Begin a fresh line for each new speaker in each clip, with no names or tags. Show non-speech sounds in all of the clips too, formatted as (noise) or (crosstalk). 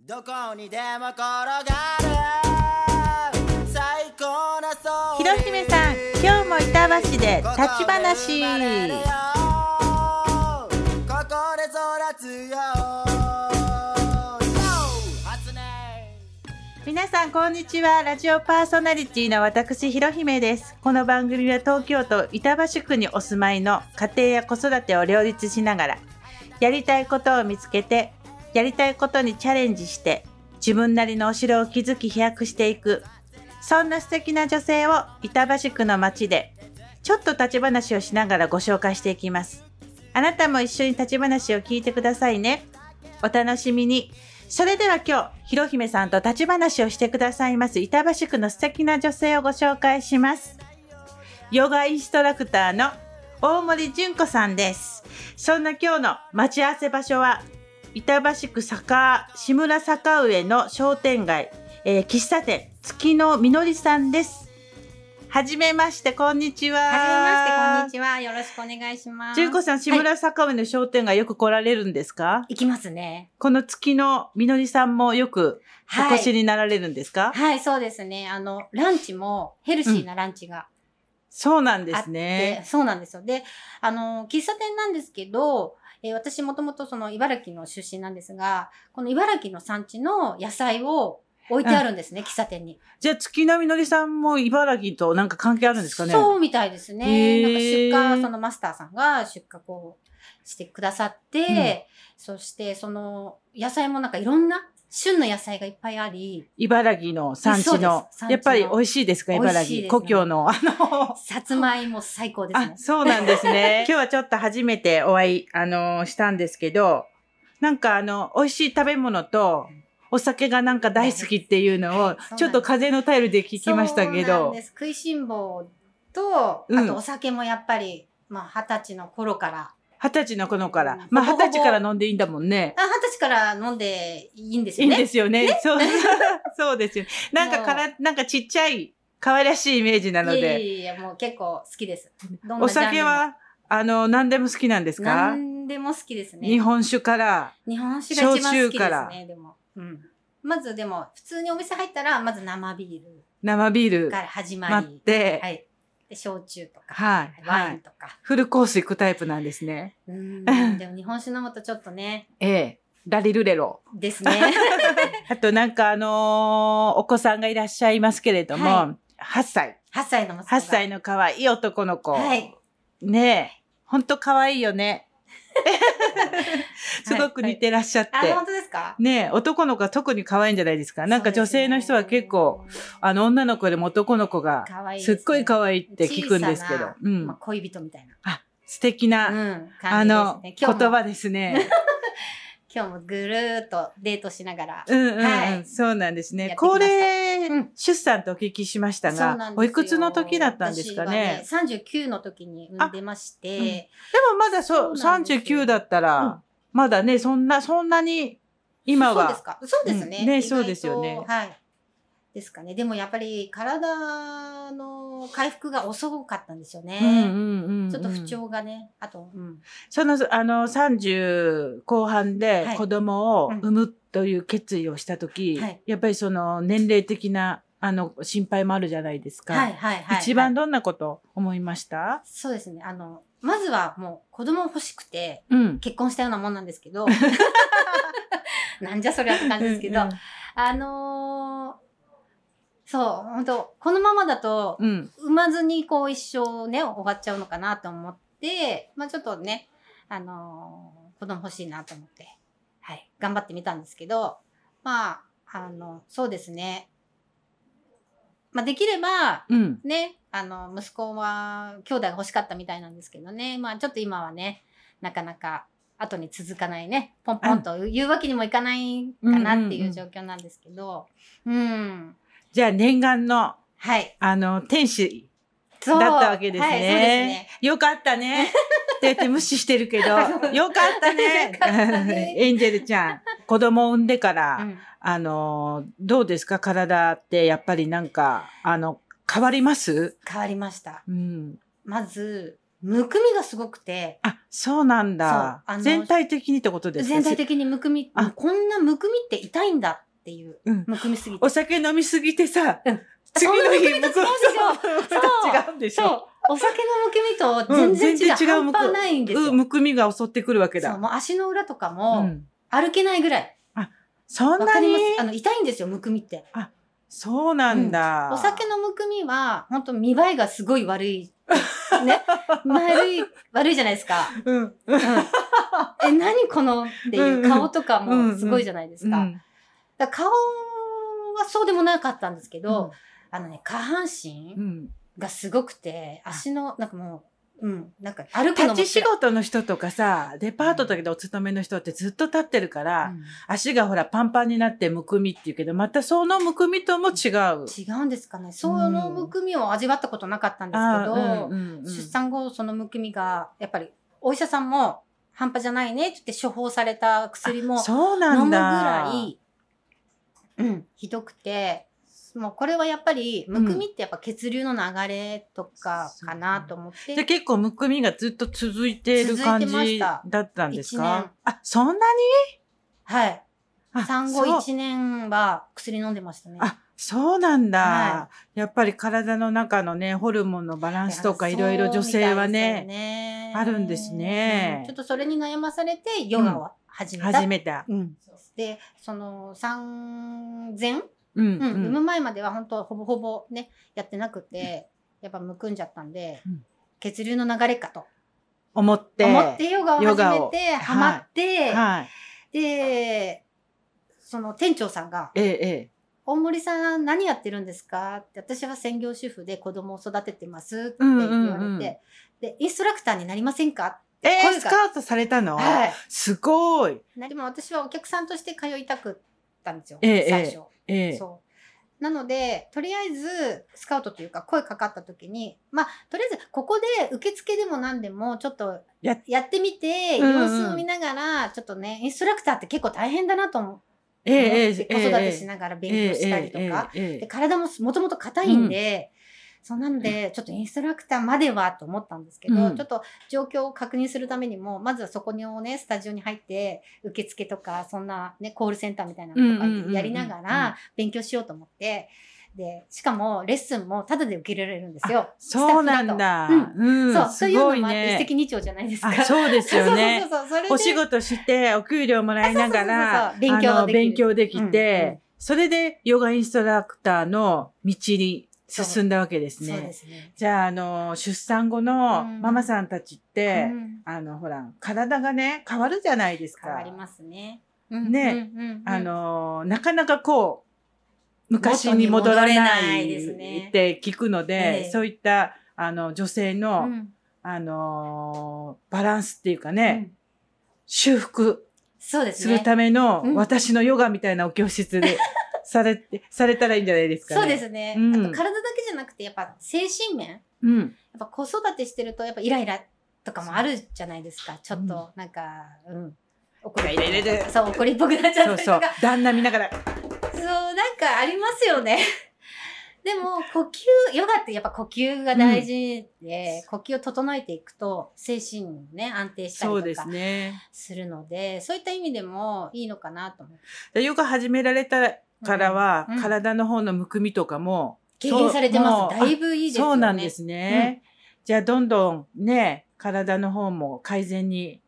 どこにでも転がる最高なそう
ひろひめさん、今日も板橋で立ち話。
ここで育つ
(laughs)
よ初音
皆さん、こんにちは。ラジオパーソナリティの私、ひろひめです。この番組は東京都板橋区にお住まいの家庭や子育てを両立しながら、やりたいことを見つけて、やりたいことにチャレンジして、自分なりのお城を築き飛躍していく。そんな素敵な女性を板橋区の街で、ちょっと立ち話をしながらご紹介していきます。あなたも一緒に立ち話を聞いてくださいね。お楽しみに。それでは今日、ひろひめさんと立ち話をしてくださいます、板橋区の素敵な女性をご紹介します。ヨガインストラクターの大森純子さんです。そんな今日の待ち合わせ場所は、板橋区坂、志村坂上の商店街、えー喫茶店、月のみのりさんです。はじめまして、こんにちは。
はじめまして、こんにちは。よろしくお願いします。
純子さん、志村坂上の商店街よく来られるんですか、
いきますね。
この月のみのりさんもよく
は
お
い。
越しになられるんですか、
はい、そうですね。あの、ランチもヘルシーなランチが
そうなんで
あっ
す
て、
ね。
そうなんですよ。で、あの、喫茶店なんですけど、えー私もともとその茨城の出身なんですが、この茨城の産地の野菜を置いてあるんですね、喫茶店に。
じゃあ、月のみのりさんも茨城となんか関係あるんですかね
そうみたいですね。
へー
なんか出荷、そのマスターさんが出荷こうしてくださって、
うん
そしてその野菜もなんかいろんな旬の野菜がいっぱいあり、
茨城の産地
そう
の
です産地。の
やっぱり美味しいですか
美味しい
茨
です
城。
ね
故郷の。あ
(laughs)
の、
さつまいも最高です
あ
ね、。
そうなんです
(laughs)
ね。今日はちょっと初めてお会い、あのしたんですけど、なんかあの、美味しい食べ物と、お酒がなんか大好きっていうのを
はいそうなんで、す
ちょっと風の便りで聞きましたけ
そうなん
ど
で、す食いしん坊と、
うん
あとお酒もやっぱり、まあ二十歳の頃から、
二十歳の頃か
う
ら
ん。
まあ
ほ
二
ぼほぼ
十歳から飲んでいいんだもんね。
あ二十歳から飲んでいいんです
いい
よ
ん
ね。
ですよね。そう、 (laughs) そうですよ。なんかから、なんかちっちゃい、可愛らしいイメージなの
いやい
で、
やいや、もう結構好きです。どん
お
なジャンル
酒
も
は、あの、何でも好きなんですか
何でも好きですね。
日本酒から、
日本酒が一番好
焼
き
酎
で
か
す
ら
ね、でも。うん。まずでも、普通にお店入ったら、まず生ビー
生ビー
ル
ル
から始まり、
待って、
は
はい、
い。で、焼酎とか、
はい、
ワインとか。
フルコース行くタイプなんですね。
うん。でも日本酒飲むとちょっとね、
ええ。ラリルレロ。
です
(laughs)
ね。
あとなんかあのーお子さんがいらっしゃいますけれども、
は
8歳。
8歳の息子
8
が。
歳の可愛い男の子。
はい。
ねえ。ほんと可愛いよ
(laughs)
ね。すごく似てらっしゃって。
あ、本当ですか
ねえ、男の子は特に可愛いんじゃないですか。なんか女性の人は結構、、あの女の子よりも男の子が、
可愛い
すっごい可愛いっ
い
て聞くんですけど、う
まあ、
ん。
恋人みたいな。
素敵
う
な、
ん。
あ
感じです
の、言
ね。今日も
葉ですね。
(laughs) 今日もぐるーっとデートしながら。
うんうんうん、
はい
そうなんですね
や。ってきま
高
したう
齢
ん
出産とお聞きしました
そうな
が
んで、すよ
おいくつの時だったんですかね。で
私はね39の時に産んでまして、
もまだそ
そうなんですよ
39だったら、
うん
まだね、そんな、そんなに、今
そうです
は、
か。そうですね。
うんね
意外と
そうですよね
はい。ですかね。でもやっぱり体の回復が遅かったんですよね。
うんうんうん
ちょっと不調がね。あと、うん
その、あの、30後半で
はい
子供を産むという決意をした時、
はい
やっぱりその年齢的な、あの、心配もあるじゃないですか。
はいはいはい。
一番
はい
どんなこと思いました、
そうですね。あの、まずはもう子供欲しくて
うん。
結婚したようなもんなんで
(laughs)
すけど。 (laughs) なんじゃそりゃって感じですけど。あのーそう、本当このままだと、
うん、うん。
産まずにこう一生ね、終わっちゃうのかなと思って、まあちょっとね、あのー子供欲しいなと思って、はい、頑張ってみたんですけど、まあ、あの、そうですね。まあできれば、
うん。
ね、あの、息子は兄弟が欲しかったみたいなんですけどね、まあちょっと今はね、なかなか後に続かないね、ポンポンと言うわけにもいかないかなっていう状況なんですけど、うん
じゃあ念願の、
はい。
あの、天使だ
そ
っ
う
たわけですね。
はい、そうですね。
よかったね。って言って無視してるけ
(laughs)
ど、よかったね。
よかった
(laughs)
ね
エンジェルちゃん、子供産んでから、
うん
あの、どうですか体って、やっぱりなんか、あの、変わります
変わりました。
うん。
まず、むくみがすごくて、
あ、そうなんだ
そうあ。の
全体的にってことですか
全体的にむくみ
あ、
こんなむくみって痛いんだっていう、
うん
むくみすぎて
お。酒飲みすぎてさ、
うん
次の日
そんなむくみと違うんですよ
向こう (laughs) と違うんでし
そ
ょ
う。お酒のむくみと
うん
全然違う。
全然違うむ
半
く
端ないんですよ。
うんむくみが襲ってくるわけ
そう、
だ。
もう足の裏とか
う
も
ん
歩けないぐらい。
そん
わか
な
り
に
ますあの、痛いんですよ、むくみって。
そうなんだ。
お酒のむくみは、本当見栄えがすごい悪い。
(laughs)
ね。悪い、悪いじゃないですか。
うん。
うんえ、何このっていう顔とかもすごいじゃないですか。
うん
だから顔はそうでもなかったんですけ
う
ど、
ん
あのね、下半
う
身
ん
がすごくて、足の、なんかもう、うん、なんか歩くのも
立ち仕事の人とかさ、デパートとかでお勤めの人ってずっと立ってるから、
うん
足がほらパンパンになってむくみっていうけど、またそのむくみとも違う。
違うんですかね。そのむくみを味わったことなかったんですけど、
あーうんうんうん
出産後そのむくみが、やっぱりお医者さんも半端じゃないねって言って処方された薬も
そう
飲
な
む
ん
ぐ
だ。
らい、うん、ひどくて、もうこれはやっぱり、
うん
むくみってやっぱ血流の流れとかかなと思っ
じゃあ
て、
結構むくみがずっと続いている感
続いて
じ
ました
だったんです
一
か
年
あ、そんなに
はい。
あ
産
そ
後
う
1年は薬飲んでましたね。
あ、そうなんだ、
は
やっぱり体の中のね、ホルモンのバランスとかいろいろ女性は
そうみた
ね、
いですよね
あるんですね
うんちょっとそれに悩まされて、ヨガを始めた
始めた。
うん、でその産前、
うん、
うん産む前までは本当ほぼほぼねやってなくてやっぱむくんじゃったんで、
うん
血流の流れかと
思って。
思ってヨガを
ヨ
始
ガ
め
を
てハマって、
はい。
でその店長さんが
ええ、え
「大森さん何やってるんですか?」って「私は専業主婦で子供を育ててます」って言われて、
うんうんうん
で「インストラクターになりませんか?」
え。え
声
ー、
が
スカウトされたの、
はい
すごい。
なでも私はお客さんとして通いたくったんですよ、
ええ
最初。
ええ。
そう。なので、とりあえず、スカウトというか、声かかった時に、まあ、とりあえず、ここで受付でも何でも、ちょっと
や
やってみて、
うんうん
様子を見ながら、ちょっとね、インストラクターって結構大変だなと思
ええええ
って、子育てしながら勉強したりとか、
ええええええ
で体ももともと硬いんで、そうなんで、ちょっとインストラクターまではと思ったんですけど、
うん
ちょっと状況を確認するためにも、まずはそこにをね、スタジオに入って、受付とか、そんなね、コールセンターみたいなの
うんうんうん
と
う
か
ん
やりなが
うん
ら勉強しようと思って、で、しかもレッスンもタダで受けられるんですよ。
そうなん
スタッ
だ。
フだと
うん、
そう、と
す
いう
ご
の
い
もあって一
ね。
石二鳥じゃないですか。
あ、そうですよね。
(laughs) そうそうそうそう。それで
お仕事して、お給料もらいながら
あ、そうそうそうそう勉強
あの
できる
勉強できて、
うんうん
それでヨガインストラクターの道に進んだわけです
そうで
ね。
すね。
じゃあ、あの、出産後の
うん
ママさんたちって、
うん
あの、ほら、体がね、変わるじゃないですか。
変わりますね。うん
ね、
うんうんうん
あの、なかなかこう、昔に戻らな
元に戻れない
い
ですね
って聞くので、
ええ
そういった、あの、女性の、
うん
あの、バランスっていうか
う
ね、
ん
修復
そうです
す
ね。
るための、
うん
私のヨガみたいなお教室で (laughs) されて、されたらいいんじゃないですかね。
そうですね。
うん
あと体だけじゃなくて、やっぱ精神面、やっ
うん。
ぱ子育てしてると、やっぱイライラとかもあるじゃないですか。ちょっと、なんか、うん。怒りっぽ
イ
く
ライライライラ
そう、怒りっぽくなっちゃ
そ
っ
う
たり
そ
と
う
(laughs) か。。
旦那見ながら、
そうなんかありますよね。 (laughs) でも、呼吸、ヨガってやっぱ呼吸が大事で、呼吸を整えていくと、精神もね、安定した
そう
り
で
と
す
か
ね。
するので、そういった意味でもいいのかなと思って。
でヨガ始められたからは、
うんうん
体の方のむくみとかも、
軽減されてます。
そう
だいぶいいですよね。
そうなんですね。じゃあ、どんどんね、体の方も改善に、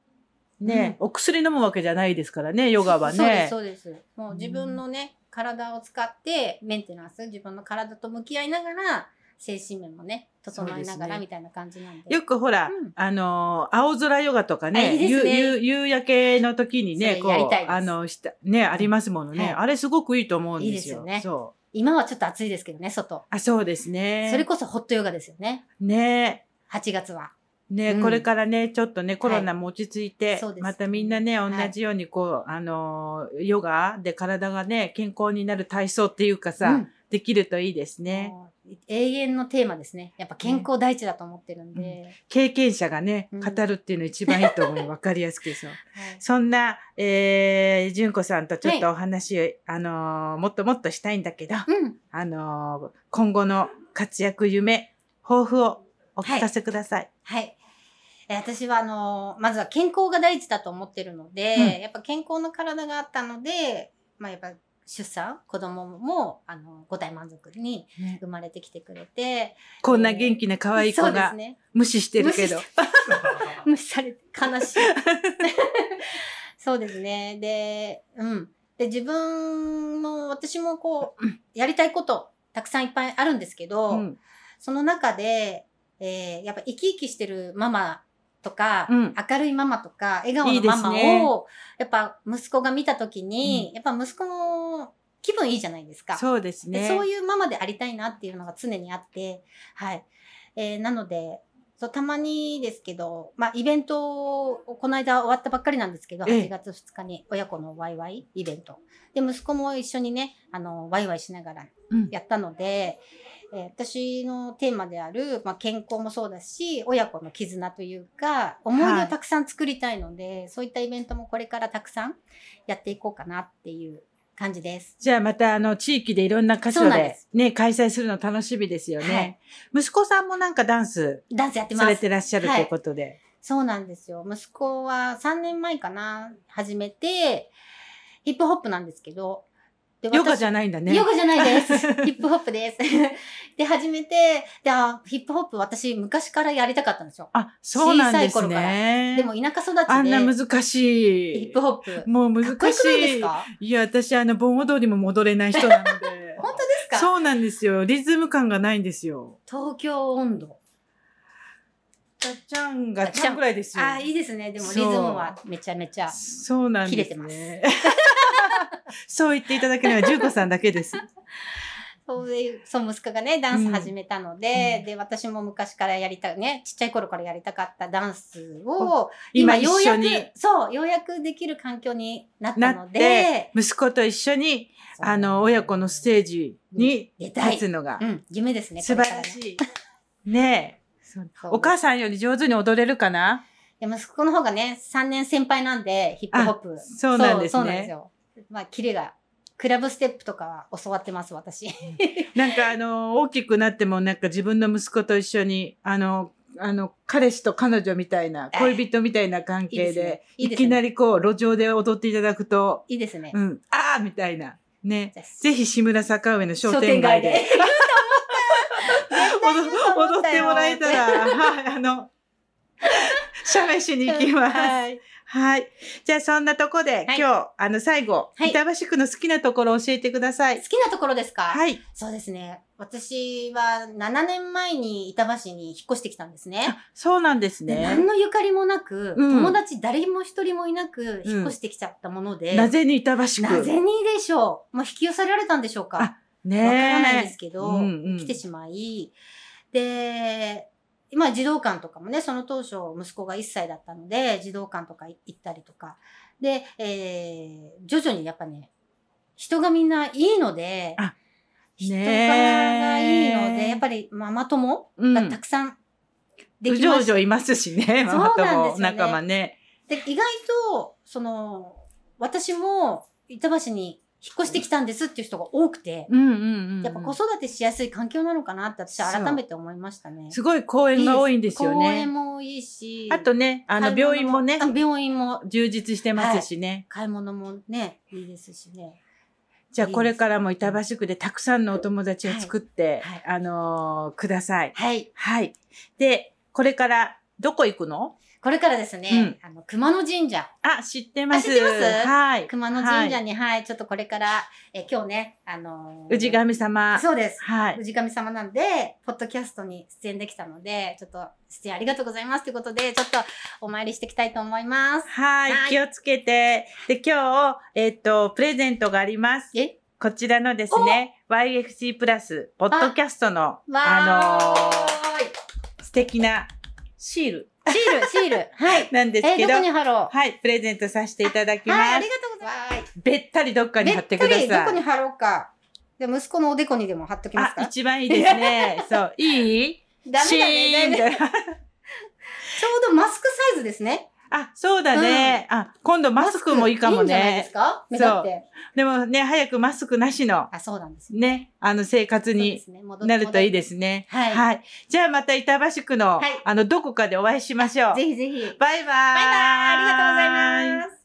ね、お薬飲むわけじゃないですからね、ヨガは
そうです、
ね。
そうです。もう自分のね、体を使ってメンテナンス、自分の体と向き合いながら、精神面もね、整え
そ
な
うで
が
すね
らみたいな感じなんで。
よくほら、
うん
あのー、青空ヨガとかね、
あいいですね
夕夕夕焼けの時にね、
そ
こ
れやり
う
たいで、す
あの、した、ね、ありますものね、
はい
あれすごくいいと思うんですよ。
いいですよね
そう。
今はちょっと暑いですけどね、外。
あ、そうですね。
それこそホットヨガですよね。
ね。
8月は。
ね、
うん
これからね、ちょっとね、コロナも落ち着いて、
そうですね
またみんなね、同
はい
じようにこう、あのー、ヨガで体がね、健康になる体操っていうかさ、
うん
できるといいですね。
もう永遠のテーマですね。やっぱ健康第一だと思ってるんで。
経験者がね、
うん
語るっていうの一番いいと思う。わかりやすく
(laughs)
でしょ。
はい
そんな、えー、純子さんとちょっとお話を、あのーもっともっとしたいんだけど、
うん。
あのー今後の活躍、夢、抱負をお聞かせください。
はい。え私はあの、まずは健康が第一だと思ってるので、
うん
やっぱ健康の体があったので、まあやっぱ出産、子供も、あの、五体満足に
ね
生まれてきてくれて。
こんな元気な可愛い子
そうです
が
ね。
無視してるけど
無視。無視されて
(laughs)
悲しい。そうですね。で、うん。で、自分の、私もこう、やりたいこと、たくさんいっぱいあるんですけど、
うん
その中で、えーやっぱ生き生きしてるママとか、
うん
明るいママとか、笑顔
いい
の
で
マ
す
マを、
ね
やっぱ息子が見たときに、やっぱ息子も気分いいじゃないですか。
そうです
で
ね。
そういうママでありたいなっていうのが常にあって、はい。えーなので、そうたまにですけど、まあ、イベントを、この間終わったばっかりなんですけど、
ええ
8月2日に親子のワイワイイベント。で、息子も一緒にね、あの、ワイワイしながら
うん
やったので、えー私のテーマである、まあ、健康もそうだし、親子の絆というか、思い出をたくさん作りたいので、そういったイベントもこれからたくさんやっていこうかなっていう感じです。
じゃあまたあの地域でいろんな箇
そう
所
なんで
ですね、開催するの楽しみですよね。息子さんもなんかダンス
ダンスやってます。
されてらっしゃるということで。
そうなんですよ。息子は3年前かな、始めて、ヒップホップなんですけど。で
ヨガじ
ゃ
ゃないんだね。
ヨガじゃない
(laughs)
です。ヒップホップです。 (laughs) で、始めて、で、あ、ヒップホップ私昔からやりたかったんですよ。
あ、そうなんで
小
す
さい頃から
ね。
でも田舎育ちで、
あんな難しい。
ヒップホップ。
もう難
かっこよ
し
くないです
い。
か
いや、私、あの、盆踊りも戻れない人なので。
(laughs) 本当ですか
そうなんですよ。リズム感がないんですよ。
東京温度。
ちゃちゃんがちゃんぐらいですよ。
あ、いいですね。でも
そ
リ
う
ズムはめちゃめちゃ。
そうなんです、ね。
切れてま
(laughs)
す。
そう言っていただけるのは、純子さんだけです。
そういう、そう、息子がね、ダンス始めたので、
うん
で、私も昔からやりたい、ね、ちっちゃい頃からやりたかったダンスを、
今、一
よう
緒
やく
に、
そう、ようやくできる環境になった
な
の
っ
で、
て、息子と一緒に、
そう
あの、親子のステージに
出たい
立つ。のが
う、ん、夢ですね。
素晴ら
い。
しい。 (laughs) ねえ。そう
そう
お母さんより上手に踊れるかな
で息子の方がね、3年先輩なんで、ヒップホップ。
そうなんですね
そうそうなんですよ。まあ、キレが、クラブステップとかは教わってます、私。 (laughs)
なんかあの、大きくなってもなんか自分の息子と一緒に、あの、あの、彼氏と彼女みたいな、
あ
恋人みたいな関
いいで
係
すね
で、
いいで
い
すね
きなりこう、路上で踊っていただくと、
いいですね。
うん、あーみたいな。ね。
じゃあ
ぜひ、志村坂上の商店街で。踊 (laughs) 踊ってもらえたら、はい、あの、写メしに行きます。はい。
(laughs) はい。
じゃあ、そんなとこで、
はい
今日、あの、最後、
はい
板橋区の好きなところ教えてくださ
好
い。
きなところですか
はい。
そうですね。私は7年前に板橋に引っ越してきたんですね。
あそうなんです
で
ね
何。のゆかりもなく、
うん
友達誰も一人もいなく引っ越してきちゃったもので、
なぜに板橋区
なぜにでしょうもう引き寄せられたんでしょうかわか
あねえ
らないですけど、
うんうん
来てしまい、で、まあ児童館とかもね、その当初息子が1歳だったので、児童館とか行ったりとか。で、えー徐々にやっぱね、人がみんないいので、
あ
人
ね
柄
え
がいいので、やっぱりママ友
うん
がたくさんで
う
き
じょ
ま
う
し
じ
た。
ょいますしね、
そう
ママ
なんですよね
友、仲間ね。
で、意外と、その、私も板橋に引っ越してきたんですっていう人が多くて、
うんうんうん。
やっぱ子育てしやすい環境なのかなって私は改めて思いましたね。
すごい公園が多いんですよ
公園
ね。
もいいし、
あとね、あの、
買い物
病院もね
あ、病院も、
充実してますしね。
買い物もね、いいですしね。
じゃあこれからも板橋区でたくさんのお友達を作って
はい、
あのー、ください。
はい。
はい。で、これから、どこ行くの
これからですね、あの、熊野神社。
あ、知ってます。
あ知ってます
はい。
熊野神社に、はい、ちょっとこれから、え今日ね、あのー
氏神様。
そうです。
はい。
氏神様なんで、ポッドキャストに出演できたので、ちょっと出演ありがとうございますということで、ちょっとお参りしていきたいと思います。
はい
はい
気をつけて。で、今日、えっ、と、プレゼントがあります。
え
こちらのですね、YFC プラス、ポッドキャストの、
わー
あの
い
ー素敵なシール
シール、シール。はい。
(laughs) なんです
え
け
ー、
ど、
どこに貼ろう
はい、プレゼントさせていただき
はい、あ
ま
り
す。
がとうございます。
べったりどっかに貼ってくだ
べったり
さ
どこに
い。
貼ろうか。で、息子のおでこにでも貼っときます
あ、
か
一番いいです
(laughs)
ね。そう、いい
ダメだね、ダメ
シーンみたいな
ちょうどマスクサイズですね。
あ、そうだね。あ、今度マスクもいいかも
いいんじゃないで
ね。
すか目立って。
でもね、早くマスクなしの、
あ、そうなんですね。。
ね、あの生活になるといいですすね。
はい
はい。じゃあまた板橋区の、
はい
あの、どこかでお会いしましょう。
ぜひぜひ。バ
バ
イ
イバーイ。
バイありがとうございます。